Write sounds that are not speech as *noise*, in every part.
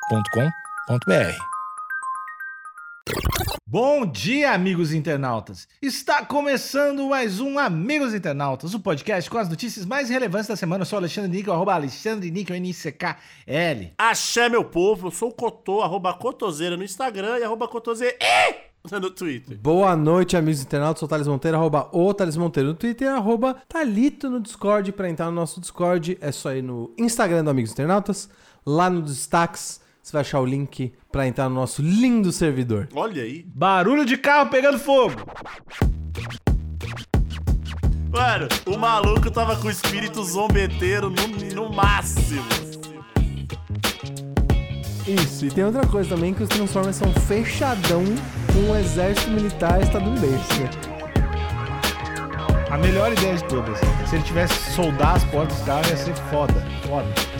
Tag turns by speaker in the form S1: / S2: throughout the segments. S1: agenciadepodcast.com.br.
S2: Bom dia, amigos internautas! Está começando mais um Amigos Internautas, o podcast com as notícias mais relevantes da semana. Eu sou Alexandre Níquel, arroba Alexandre Níquel, N-I-C-K-L.
S3: Axé, meu povo, eu sou o Cotô, arroba Cotoseira no Instagram e arroba Cotoseira *laughs* no Twitter.
S4: Boa noite, amigos internautas. Sou o Thales Monteiro, arroba o Thales Monteiro no Twitter, arroba Thalito no Discord. Pra entrar no nosso Discord, é só ir no Instagram do Amigos Internautas. Lá no Destaques, você vai achar o link pra entrar no nosso lindo servidor.
S3: Olha aí.
S2: Barulho de carro pegando fogo!
S3: Mano, o maluco tava com o espírito zombeteiro no, no máximo.
S4: Isso, e tem outra coisa também, que os Transformers são fechadão com o exército militar estadunidense.
S2: A melhor ideia de todas. Se ele tivesse que soldar as portas do carro, ia ser foda. Foda.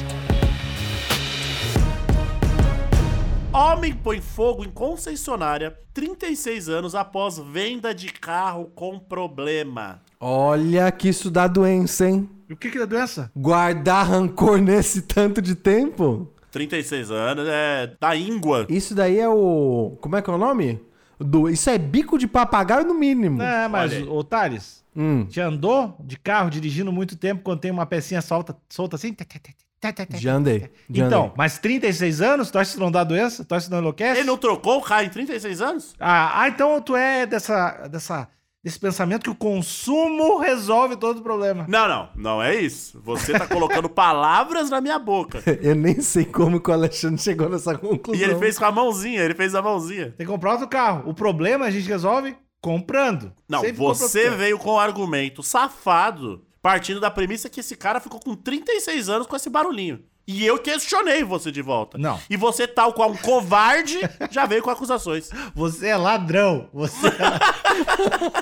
S3: Homem põe fogo em concessionária 36 anos após venda de carro com problema.
S4: Olha que isso dá doença, hein?
S2: E o que que é doença?
S4: Guardar rancor nesse tanto de tempo?
S3: 36 anos, é da íngua.
S4: Isso daí é o. Como é que é o nome? Do... Isso é bico de papagaio no mínimo.
S2: É, mas,
S3: Olha aí.
S2: ô Thales,
S4: Hum,
S2: já andou de carro dirigindo muito tempo quando tem uma pecinha solta, solta assim? Tê, tê, tê, tê, tê, tê,
S4: já andei. já
S2: Então,
S4: andei.
S2: mas 36 anos, tu acha que não dá doença? Tu acha que não enlouquece?
S3: Ele não trocou o carro em 36 anos?
S2: Ah, ah, então tu é dessa, dessa, desse pensamento que o consumo resolve todo o problema.
S3: Não, não, não é isso. Você tá colocando *laughs* palavras na minha boca.
S4: *laughs* Eu nem sei como que o Alexandre chegou nessa conclusão.
S3: E ele fez com a mãozinha, ele fez a mãozinha.
S2: Tem que comprar outro carro. O problema a gente resolve comprando.
S3: Não,
S2: Sempre compra outro
S3: você
S2: carro.
S3: veio com o argumento safado, partindo da premissa que esse cara ficou com 36 anos com esse barulhinho. E eu questionei você de volta.
S2: Não.
S3: E você, tal qual um covarde, já veio com acusações.
S2: Você é ladrão. Você é ladrão.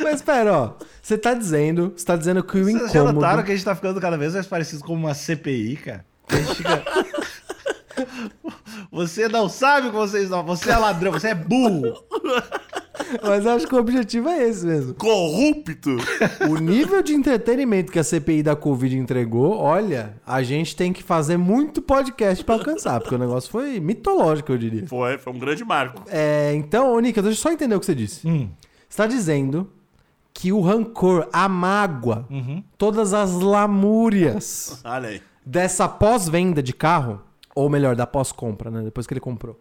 S4: Mas pera, ó. Você tá dizendo. Você tá dizendo que o
S2: Vocês já
S4: incômodo.
S2: notaram que a gente tá ficando cada vez mais parecido com uma CPI, cara? A gente fica... *laughs* Você não sabe o que vocês não. Você é ladrão, você é burro.
S4: *laughs* Mas eu acho que o objetivo é esse mesmo.
S3: Corrupto!
S4: O nível de entretenimento que a CPI da Covid entregou, olha, a gente tem que fazer muito podcast pra alcançar, porque o negócio foi mitológico, eu diria.
S3: *laughs* Foi, foi um grande marco.
S4: É, então, ô, Nica, deixa eu só entender o que você disse.
S2: Hum.
S4: Você tá dizendo que o rancor, a mágoa, todas as lamúrias
S3: Olha aí.
S4: dessa pós-venda de carro, ou melhor, da pós-compra, né? Depois que ele comprou.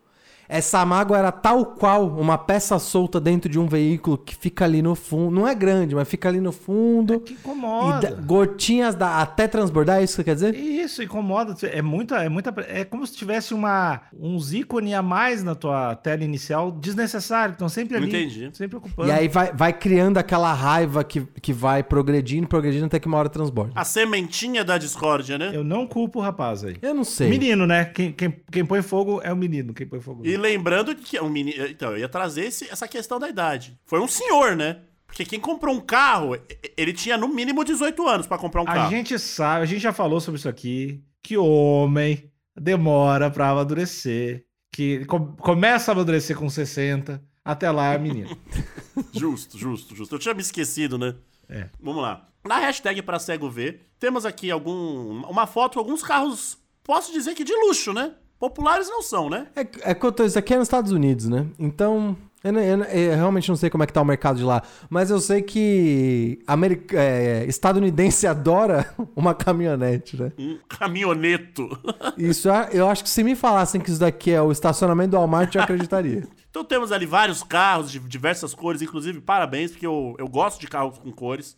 S4: Essa mágoa era tal qual uma peça solta dentro de um veículo que fica ali no fundo. Não é grande, mas fica ali no fundo.
S2: É Que
S4: E
S2: incomoda.
S4: dá- gotinhas da- até transbordar, é isso que você quer dizer?
S2: Isso, incomoda. É muita, é muita. É como se tivesse uma, uns ícones a mais na tua tela inicial desnecessário. Estão sempre ali.
S3: Entendi.
S2: Sempre ocupando.
S4: E aí vai, vai criando aquela raiva que, que vai progredindo, progredindo até que uma hora transborda.
S3: A sementinha da discórdia, né?
S2: Eu não culpo o rapaz aí.
S4: Eu não sei.
S2: Menino, né? Quem, quem, quem põe fogo é o menino. Quem põe fogo.
S3: E lembrando que o menino. Então, eu ia trazer esse- essa questão da idade. Foi um senhor, né? Porque quem comprou um carro, e- ele tinha no mínimo 18 anos pra comprar um
S2: a
S3: carro.
S2: gente sabe, a gente já falou sobre isso aqui, que homem demora pra amadurecer, que co- começa a amadurecer com 60, até lá é
S3: *laughs*
S2: menino.
S3: Justo, justo, justo. Eu tinha me esquecido, né?
S2: É.
S3: Vamos lá. Na hashtag pra cego ver, temos aqui algum, uma foto com alguns carros, posso dizer que de luxo, né? Populares não são, né?
S4: É, é que eu tô- isso aqui é nos Estados Unidos, né? Então, eu, não- eu não- eu realmente não sei como é que tá o mercado de lá. Mas eu sei que ameri- é, estadunidense *laughs* adora uma caminhonete, né?
S3: Um caminhoneto. *laughs*
S4: Isso é- eu acho que se me falassem que isso daqui é o estacionamento do Walmart, eu acreditaria.
S3: Então temos ali vários carros de diversas cores, inclusive parabéns, porque eu, eu gosto de carros com cores.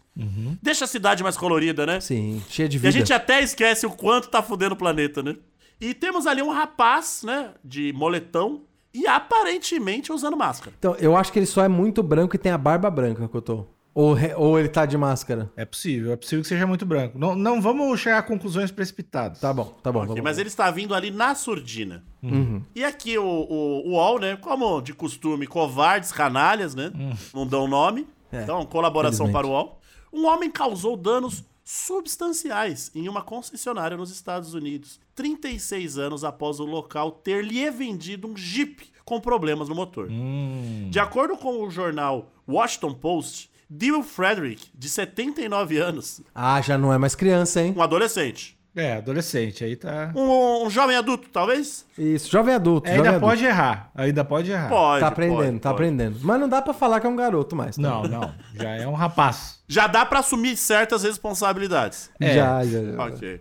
S3: Deixa a cidade mais colorida, né?
S4: *laughs* Sim, cheia de
S3: E a
S4: vida.
S3: gente até esquece o quanto tá fudendo o planeta, né? E temos ali um rapaz, né, de moletão e aparentemente usando máscara.
S4: Então, eu acho que ele só é muito branco e tem a barba branca que eu tô. Ou, re- ou ele tá de máscara.
S2: É possível, é possível que seja muito branco. Não, não vamos chegar a conclusões precipitadas.
S4: Tá bom, tá bom. vamos
S3: Mas
S4: lá.
S3: ele está vindo ali na surdina.
S4: Uhum.
S3: E aqui o, o, o UOL, né? Como de costume, covardes, canalhas, né?
S4: Uhum.
S3: Não dão nome.
S4: É,
S3: então, colaboração
S4: felizmente.
S3: para o UOL. Um homem causou danos substanciais em uma concessionária nos Estados Unidos, 36 anos após o local ter lhe vendido um Jeep com problemas no motor.
S2: Hum.
S3: De acordo com o jornal Washington Post, Dil Frederick, de 79 anos,
S4: Ah, já não é mais criança, hein?
S3: um adolescente,
S2: É, adolescente, aí tá.
S3: Um, um jovem adulto, talvez?
S4: Isso, jovem adulto.
S2: É,
S4: jovem
S2: ainda
S4: adulto.
S2: pode errar, ainda pode errar.
S3: Pode.
S4: Tá aprendendo,
S3: pode,
S4: tá
S3: pode.
S4: aprendendo. Mas não dá pra falar que é um garoto mais. tá?
S2: Não, não, já é um rapaz.
S3: Já dá pra assumir certas responsabilidades.
S2: É.
S4: Já, já, já.
S3: Ok.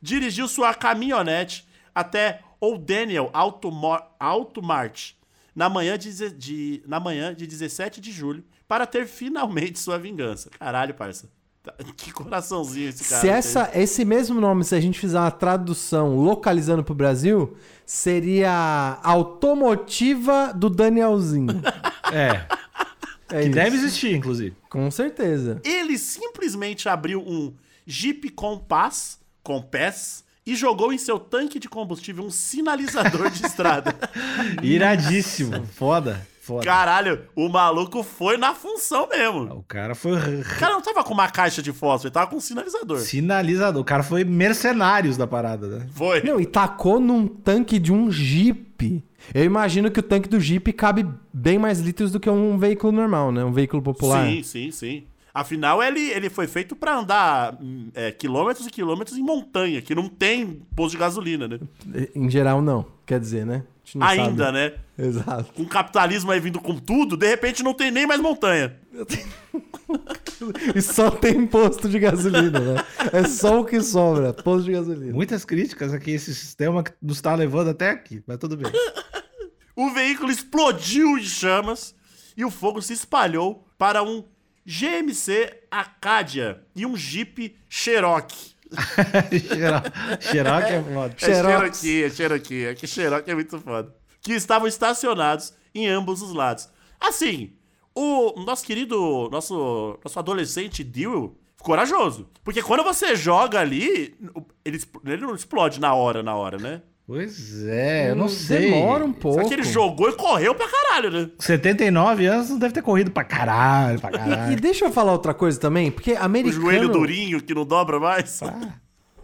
S3: Dirigiu sua caminhonete até O'Daniel Automo- Automart na manhã de, deze- de- na manhã de 17 de julho para ter finalmente sua vingança. Caralho, parça. Tá- *laughs* Que coraçãozinho esse cara.
S4: Se
S3: tem.
S4: essa, esse mesmo nome, se a gente fizer uma tradução localizando pro Brasil, seria Automotiva
S3: *laughs*
S4: do Danielzinho.
S2: É,
S4: É
S2: que
S4: isso.
S2: deve existir, inclusive.
S4: Com certeza.
S3: Ele simplesmente abriu um Jeep Compass, Compass e jogou em seu tanque de combustível um sinalizador de
S4: *laughs*
S3: estrada.
S2: Iradíssimo, foda, foda.
S3: Caralho, o maluco foi na função
S4: Ah,
S3: mesmo.
S2: O cara foi
S3: O cara não tava com uma caixa de fósforo, ele tava com um sinalizador.
S2: sinalizador, o cara foi mercenários da parada, né?
S3: Foi.
S4: Não, e tacou num tanque de um Jeep. Eu imagino que o tanque do Jeep cabe bem mais litros do que um veículo normal, né? Um veículo popular.
S3: Sim, sim, sim. Afinal, ele, ele foi feito pra andar hum, é, quilômetros e quilômetros em montanha, que não tem posto de gasolina, né?
S4: Em geral, não. Quer dizer, né? A gente não
S3: Ainda,
S4: sabe.
S3: né?
S4: Exato.
S3: Com o capitalismo aí vindo com tudo, de repente não tem nem mais montanha.
S4: E só tem posto de gasolina, né? É só o que sobra, posto de gasolina.
S2: Muitas críticas aqui, esse sistema que nos tá levando até aqui, mas tudo *laughs* bem.
S3: O veículo explodiu em chamas e o fogo se espalhou para um GMC Acadia e um Jeep Cherokee.
S2: Xero- Xerox é foda.
S3: É
S4: Xerox.
S3: Cherokee, é Cherokee. É que Cherokee é muito foda. Que estavam estacionados em ambos os lados. Assim, o nosso querido, nosso, nosso adolescente Dewey, corajoso. Porque quando você joga ali, ele, expl- ele não explode na hora, na hora, né?
S2: Pois é, eu não sei. é
S4: Demora um pouco.
S3: Só que ele jogou e correu pra caralho, né?
S2: 79 anos não deve ter corrido pra caralho, pra
S4: E, e
S2: caralho.
S4: deixa eu falar outra coisa também, porque
S3: O joelho
S4: americano, Ah.
S3: durinho que não dobra mais.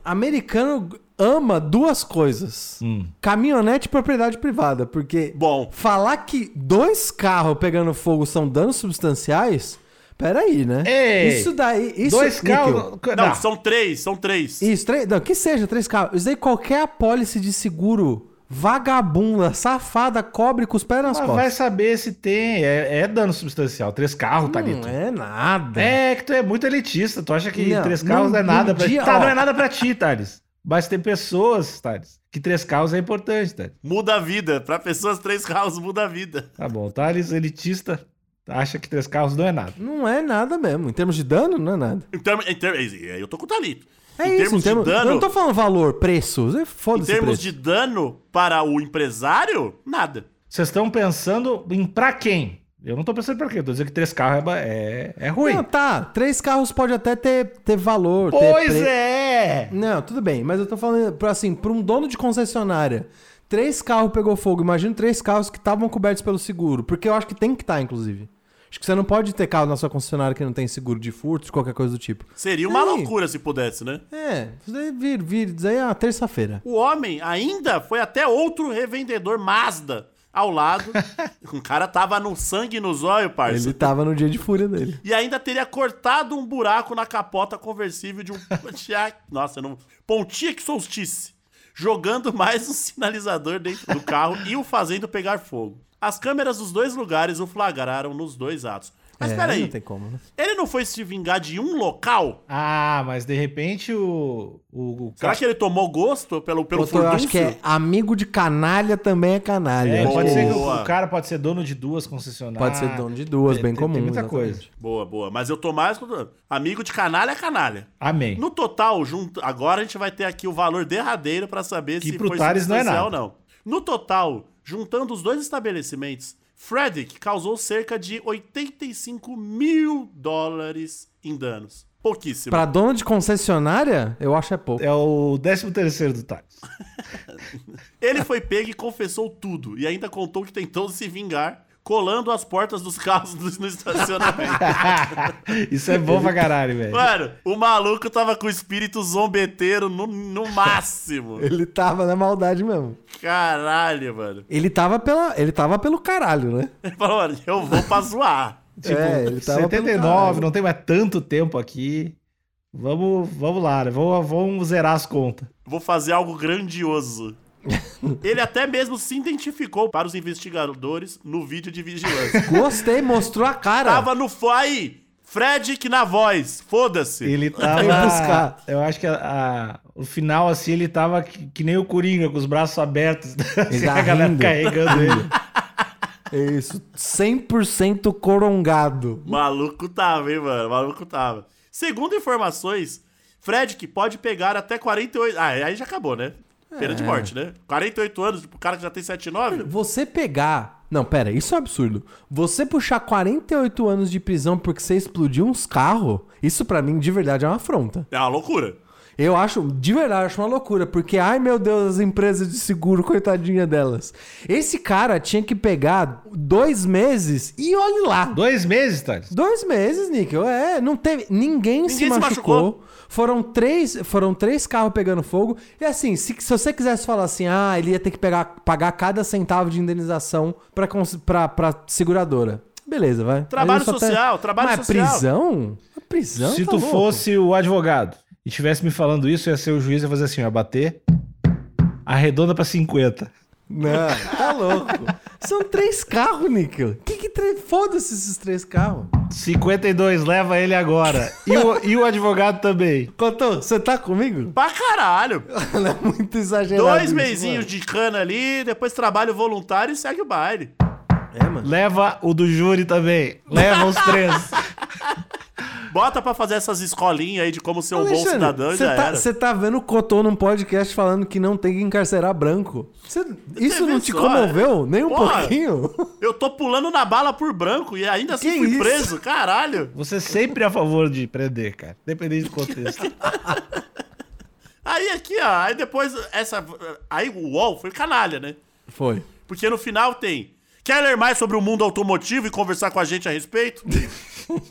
S4: americano ama duas coisas:
S2: Hum.
S4: caminhonete e propriedade privada. Porque
S3: Bom.
S4: falar que dois carros pegando fogo são danos substanciais, peraí, né?
S2: Ei,
S4: isso daí. Isso,
S2: Dois
S4: Níquel,
S2: carros.
S3: Não,
S2: Não,
S3: são três, são três.
S4: Isso, três, não, que seja, três carros. Isso daí qualquer apólice de seguro vagabunda, safada, cobre com os pés nas
S2: mas
S4: costas.
S2: vai saber se tem. É, é dano substancial. Três carros, Thalito.
S4: Não é nada.
S2: É que tu é muito elitista. Tu acha que
S4: Não,
S2: três carros
S4: num-
S2: não é nada
S4: num
S2: pra ti.
S4: dia,
S2: Tá,
S4: ó.
S2: não é nada pra ti, Thales. Mas tem pessoas, Thales, que três carros é importante, Thales.
S3: Muda a vida. Pra pessoas, três carros muda a vida.
S2: Tá bom, Thales, elitista, acha que três carros não é nada.
S4: Não é nada mesmo. Em termos de dano, não é nada.
S3: Em termos, em termos, é eu tô com o Thalito. em
S4: É isso,
S3: termos
S4: em termos-
S3: de dano.
S4: Eu não tô falando valor, preço. é
S3: Em
S4: Foda-se. o
S3: termos
S4: preço.
S3: de dano para o empresário, nada.
S2: Vocês estão pensando em pra quem? Eu não tô pensando pra quem, eu tô dizendo que três carros é, ba- é, é ruim.
S4: Não, tá. Três carros pode até ter, ter valor.
S2: pois
S4: ter pre-
S2: é!
S4: Não, tudo bem, mas eu tô falando, pra, assim, pra um dono de concessionária, três carros pegou fogo. Imagina três carros que estavam cobertos pelo seguro. Porque eu acho que tem que estar, inclusive. Acho que você não pode ter carro na sua concessionária que não tem seguro de furto, de qualquer coisa do tipo.
S3: Seria uma
S4: Sim.
S3: loucura se pudesse, né?
S4: É, você vir, vir, dizer, ah, terça-feira.
S3: O homem ainda foi até outro revendedor Mazda ao
S4: *laughs*
S3: lado. o cara tava no sangue no zóio, parça.
S4: Ele tá- tava no dia de fúria dele.
S3: E ainda teria cortado um buraco na capota conversível de um *laughs* Pontiac. Nossa, eu não. Pontiac Solstice. Jogando mais um sinalizador dentro do carro e o fazendo pegar fogo. As câmeras dos dois lugares o flagraram nos dois atos. Mas
S4: é,
S3: peraí,
S4: Não tem como, né?
S3: ele não foi se vingar de um local?
S2: Ah, mas de repente o. o, o
S3: Será que ele tomou gosto pelo, pelo
S4: Outro, eu acho
S3: furdúncio?
S4: que é amigo de canalha também é canalha.
S2: É,
S4: Eu acho
S2: pode
S4: que
S2: ser
S4: é
S2: que
S4: isso.
S2: o,
S3: Boa.
S2: o cara pode ser dono de duas concessionárias.
S4: Pode ser dono de duas,
S2: Tem-
S4: bem
S2: É, tem-
S4: comum.
S2: Tem muita
S4: exatamente.
S2: coisa.
S3: Boa, boa. Mas eu tô mais. com- Amigo de canalha é canalha.
S2: Amém.
S3: No total, junto, agora a gente vai ter aqui o valor derradeiro pra saber
S2: Que
S3: se
S2: pro
S3: foi
S2: Tales não é
S3: substancial
S2: nada.
S3: ou não. No total, juntando os dois estabelecimentos, Frederick causou cerca de 85 mil dólares em danos. Pouquíssimo.
S4: Pra dono de concessionária, eu acho é pouco.
S2: É o 13 terceiro do Thales. *laughs*
S3: Ele foi pego e confessou tudo, e ainda contou que tentou se vingar, colando as portas dos carros *laughs* no no estacionamento.
S2: Isso é bom pra caralho, velho.
S3: Mano, o maluco tava com o espírito zombeteiro no, no máximo.
S4: Ele tava na maldade mesmo.
S3: Caralho, mano.
S4: Ele tava, pela, ele tava pelo caralho, né?
S3: Ele falou, mano, eu vou pra zoar.
S2: Tipo,
S4: É, ele tava pelo
S2: 79,
S4: caralho.
S2: não tem mais tanto tempo aqui. Vamos, vamos lá, né? vamos, vamos zerar as contas.
S3: Vou fazer algo grandioso. Ele até mesmo se identificou para os investigadores no vídeo de vigilância.
S4: Gostei, mostrou a cara.
S3: Tava no fly, Fred que na voz, foda-se.
S2: Ele tava.
S4: Veio buscar.
S2: Eu acho que a- a- o final, assim, ele tava que, que nem o Coringa, com os braços abertos. *laughs* assim,
S4: tá
S2: a galera
S4: rindo.
S2: carregando
S4: *laughs*
S2: ele.
S4: É Isso, 100% corongado.
S3: Maluco tava, hein, mano? Maluco tava. Segundo informações, Fred que pode pegar até 48. Ah, aí já acabou, né? Pena de morte, né? 48 anos, tipo, o cara que já tem 79.
S4: Você pegar. Não, pera, isso é um absurdo. Você puxar 48 anos de prisão porque você explodiu uns carros, isso pra mim de verdade é uma afronta.
S3: É uma loucura.
S4: Eu acho, de verdade, eu acho uma loucura, porque, ai meu Deus, as empresas de seguro, coitadinha delas. Esse cara tinha que pegar dois meses e olhe lá.
S2: Dois meses, Thales.
S4: Dois meses, Níquel. É, não teve. Ninguém, se,
S3: se
S4: machucou.
S3: machucou.
S4: Foram três, foram três carros pegando fogo. E assim, se, se você quisesse falar assim, ah, ele ia ter que pegar, pagar cada centavo de indenização pra, cons- pra, pra seguradora. Beleza, vai.
S3: Trabalho
S4: Aí eu só
S3: social, trabalho
S4: Mas é
S3: social.
S4: prisão? Prisão?
S2: Se
S4: Tá
S2: tu
S4: louco.
S2: fosse o advogado e tivesse me falando isso, ia ser o juiz e ia fazer assim, ó, bater, arredonda pra 50.
S4: Não, *laughs* tá louco. São três carros, Níquel. Que que. tre- Foda-se esses três carros.
S2: 52, leva ele agora. E o, e o advogado também.
S4: Cotô, você tá *laughs* comigo?
S3: Pra caralho.
S4: Ela é muito exagerado.
S3: Dois
S4: isso,
S3: meizinhos de cana ali, depois trabalho voluntário e segue o baile.
S4: mano. É, mano.
S2: Leva o do júri também. Leva os três.
S3: Bota pra fazer essas escolinhas aí de como ser um bom
S4: Alexandre,
S3: cidadão e já
S4: tá,
S3: era.
S4: Você tá vendo o Cotô num podcast falando que não tem que encarcerar branco. Cê- isso
S3: vê
S4: não te
S3: só,
S4: comoveu nem um
S3: Porra.
S4: pouquinho?
S3: Eu tô pulando na bala por branco e ainda assim
S4: Que
S3: fui
S4: isso?
S3: preso, caralho.
S2: Você sempre é a favor de prender, cara. Independente do contexto.
S3: Aí aqui, ó, aí depois essa... Aí o UOL foi canalha, né?
S4: *laughs* Foi.
S3: Porque no final tem. Quer ler mais sobre o mundo automotivo e conversar com a gente a
S4: *laughs*
S3: respeito?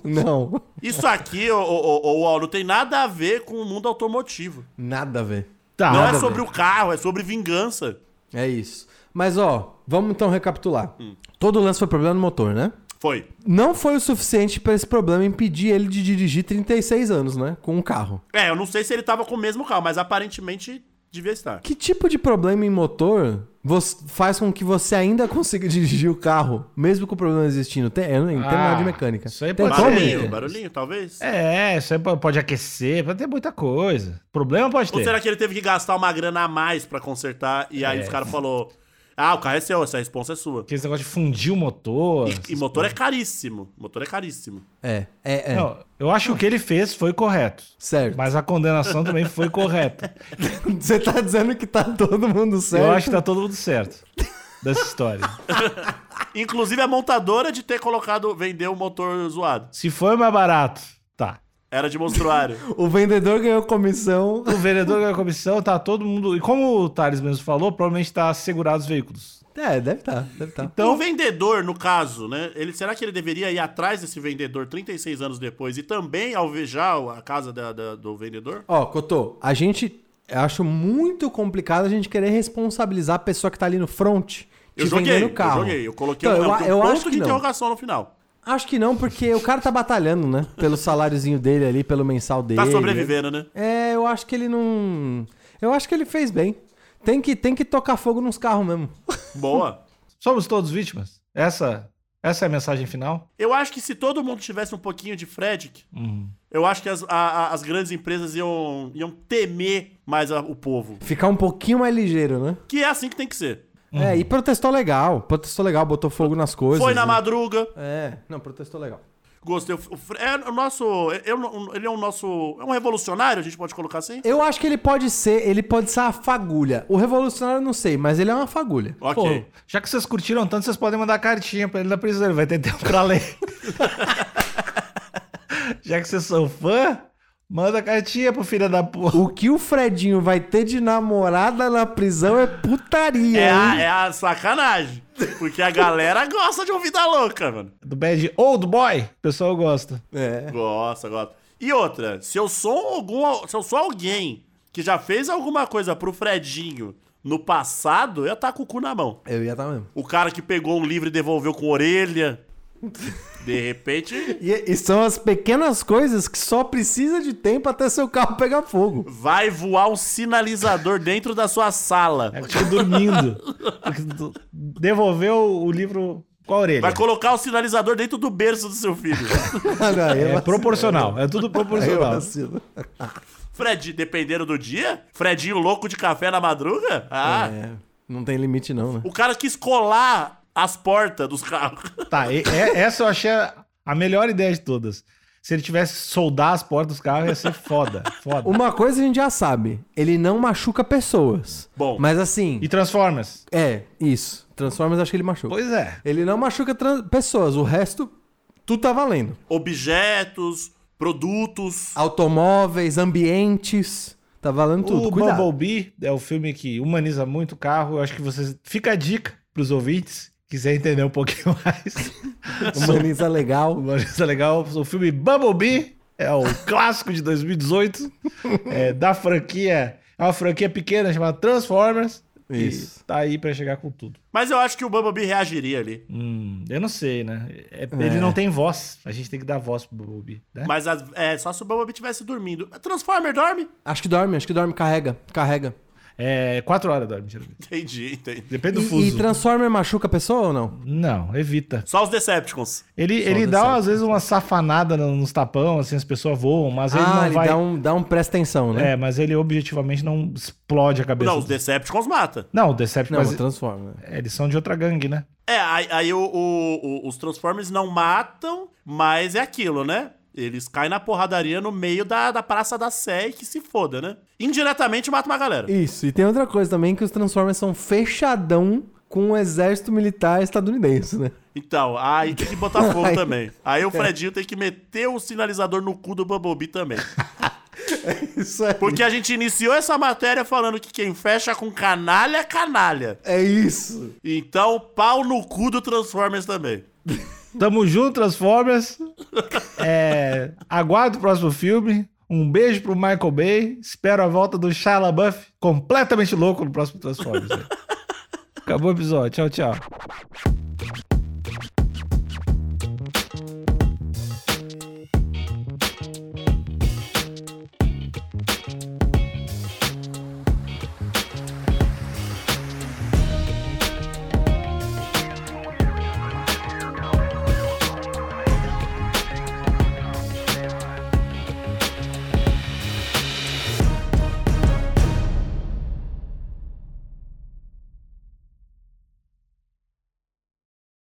S4: Não.
S3: Isso aqui, ô, ô, ô, ô, UOL, não tem nada a ver com o mundo automotivo.
S4: Nada a ver.
S2: Tá.
S3: não
S4: nada
S3: é
S4: a
S3: sobre o carro, é sobre vingança.
S4: É isso. Mas ó, vamos então recapitular. Todo o lance foi problema no motor, né?
S3: Foi.
S4: Não foi o suficiente pra esse problema impedir ele de dirigir 36 anos, né? Com um carro.
S3: É, eu não sei se ele tava com o mesmo carro, mas aparentemente devia estar.
S4: Que tipo de problema em motor você- faz com que você ainda consiga *laughs* dirigir o carro, mesmo com o problema existindo? Tem, eu não entendo
S2: Ah,
S4: nada de mecânica.
S2: isso aí
S4: Tem
S2: pode
S4: como,
S2: ser.
S4: Nick?
S3: Barulhinho, barulhinho, talvez.
S2: É, isso aí po- pode aquecer, pode ter muita coisa. Problema pode
S3: Ou
S2: ter.
S3: será que ele teve que gastar uma grana a mais pra consertar e aí os caras falou: Ah, o carro é seu, essa responsa é sua.
S2: Porque esse negócio de fundir o motor.
S3: E, e motor é caríssimo. Motor é caríssimo.
S4: É, é, é.
S2: Não, eu acho que o que ele fez foi correto.
S4: Certo.
S2: Mas a condenação também foi correta.
S4: *laughs* Você tá dizendo que tá todo mundo certo?
S2: Eu acho que tá todo mundo certo dessa história.
S3: Inclusive a montadora de ter colocado, vender o motor zoado.
S2: Se foi mais barato, tá.
S3: Era de monstruário.
S4: O vendedor
S2: *laughs*
S4: ganhou comissão.
S2: O vereador ganha comissão, tá todo mundo. E como o Thales mesmo falou, provavelmente tá assegurado os veículos.
S4: É, deve tá, deve tá.
S3: Então, o vendedor, no caso, né? Ele, será que ele deveria ir atrás desse vendedor 36 anos depois e também alvejar a casa da- da- do vendedor?
S4: Ó, Cotô, a gente... eu acho muito complicado a gente querer responsabilizar a pessoa que tá ali no front.
S3: Eu
S4: te
S3: joguei,
S4: vendendo
S3: eu
S4: o carro.
S3: joguei. Eu coloquei
S4: Então,
S3: um,
S4: eu,
S3: tem um
S4: eu
S3: ponto
S4: acho que
S3: de
S4: não.
S3: interrogação no final.
S4: Acho que não, porque o cara tá batalhando, né? Pelo saláriozinho dele ali, pelo mensal dele.
S3: Tá sobrevivendo,
S4: *laughs*
S3: né?
S4: É, eu acho que ele não... Eu acho que ele fez bem. Tem que, tem que tocar fogo nos carros mesmo.
S3: Boa.
S2: Somos todos vítimas? Essa, essa é a mensagem final?
S3: Eu acho que se todo mundo tivesse um pouquinho de Frederick,
S4: Uhum.
S3: eu acho que as, a- a- as grandes empresas iam, iam temer mais a- o povo.
S4: Ficar um pouquinho mais ligeiro, né?
S3: Que é assim que tem que ser.
S4: É, e protestou legal. Protestou legal, botou fogo nas coisas.
S3: Foi na
S4: né?
S3: madruga,
S4: É, não, protestou legal.
S3: gostei. O Fre- É o nosso. eu não- ele é um nosso. É um revolucionário, a gente pode colocar assim?
S4: Eu acho que ele pode ser, ele pode ser uma fagulha. O revolucionário eu não sei, mas ele é uma fagulha.
S3: Ok.
S2: Pô, já que vocês curtiram tanto, vocês podem mandar cartinha pra ele na prisão. Ele vai ter tempo pra ler. já que vocês são fã, manda cartinha pro filho da porra.
S4: O que o Fredinho vai ter de namorada na prisão é putaria,
S3: É a,
S4: hein?
S3: é a sacanagem. Porque a galera gosta de ouvir da louca, mano.
S2: Do bad old boy. O pessoal gosta.
S4: É.
S3: Gosta, gosta. E outra, se eu sou algum. Se eu sou alguém que já fez alguma coisa pro Fredinho no passado, eu ia tá com o cu na mão.
S4: É, Eu ia estar mesmo.
S3: O cara que pegou um livro e devolveu com orelha. De repente,
S4: E, e são as pequenas coisas que só precisa de tempo até seu carro pegar
S3: *laughs*
S4: fogo.
S3: vai voar um sinalizador dentro da sua sala.
S2: É que fica dormindo. Porque tu Devolveu o livro com a orelha.
S3: Vai colocar o sinalizador dentro do berço do seu filho.
S4: Cara, eu
S2: É
S4: vacilo,
S2: proporcional,
S4: né?
S2: é tudo
S4: eu
S2: proporcional.
S4: vacilo.
S3: Fred, dependendo do dia? Fredinho louco de café na madruga? Ah,
S4: É, não tem limite não, né?
S3: o cara quis colar as portas dos carros.
S2: Tá, e- é- essa eu achei a a melhor ideia de todas. Se ele tivesse soldar as portas dos carros, ia ser foda. Foda.
S4: Uma coisa a gente já sabe, ele não machuca pessoas.
S3: Bom.
S4: Mas assim,
S2: E Transformers?
S4: é, isso. Transformers acho que ele machuca.
S2: Pois é.
S4: Ele não machuca tran- pessoas, o resto tudo tá valendo.
S3: Objetos, produtos.
S4: Automóveis, ambientes, tá valendo tudo.
S2: o
S4: Cuidado.
S2: Bumblebee é o filme que humaniza muito o carro. Eu acho que vocês. Fica a dica pros ouvintes, quiser entender um pouquinho *laughs* mais.
S4: Humaniza legal.
S2: Humaniza tá legal. O filme Bumblebee é o clássico de 2018 é, da franquia. É uma franquia pequena chamada Transformers.
S4: Isso.
S2: E tá aí pra chegar com tudo.
S3: Mas eu acho que o Bumblebee reagiria ali.
S2: Hum, eu não sei, né? É- Ele não tem voz. A gente tem que dar voz pro Bumblebee, né?
S3: Mas as- é só se o Bumblebee estivesse dormindo. Transformer dorme? *laughs*
S4: Acho que dorme, acho que dorme, carrega, carrega.
S2: É, quatro horas dorme, geralmente.
S3: Entendi, entendi.
S2: Depende do
S4: E, e
S2: fuso.
S4: Transformer machuca a pessoa ou não?
S2: Não, evita.
S3: Só os Decepticons.
S2: Ele,
S4: Só
S2: ele
S4: dá
S2: dá,
S4: certo.
S2: às vezes, uma safanada no- nos tapão, assim, as pessoas voam, mas ele
S4: ah,
S2: não
S4: ele
S2: vai...
S4: dá, um, dá um presta atenção, né?
S2: É, mas ele objetivamente não explode a cabeça.
S3: Não, os Decepticons mata.
S2: Não, o Decepticon...
S4: Não,
S2: mas-
S4: mas Transformer.
S2: é, Eles são de outra gangue, né?
S3: É, aí, aí o- o- o- os Transformers não matam, mas é aquilo, né? Eles caem na porradaria no meio da, da Praça da Sé e que se foda, né? Indiretamente mata uma galera.
S4: Isso, e tem outra coisa também que os Transformers são fechadão com o exército militar estadunidense,
S2: *laughs*
S4: né?
S3: Então, aí tem que botar fogo
S4: Ai.
S3: também. Aí o Fredinho tem que meter o sinalizador no cu do Bumblebee também.
S4: Isso
S2: é
S4: aí.
S3: Porque a gente iniciou essa matéria falando que quem fecha com canalha é canalha.
S4: É isso.
S3: Então, pau no cu do Transformers também.
S2: Tamo junto, Transformers. É, aguardo o próximo filme. Um beijo pro Michael Bay. Espero a volta do Shia LaBeouf completamente louco no próximo Transformers. Acabou o episódio. Tchau, tchau.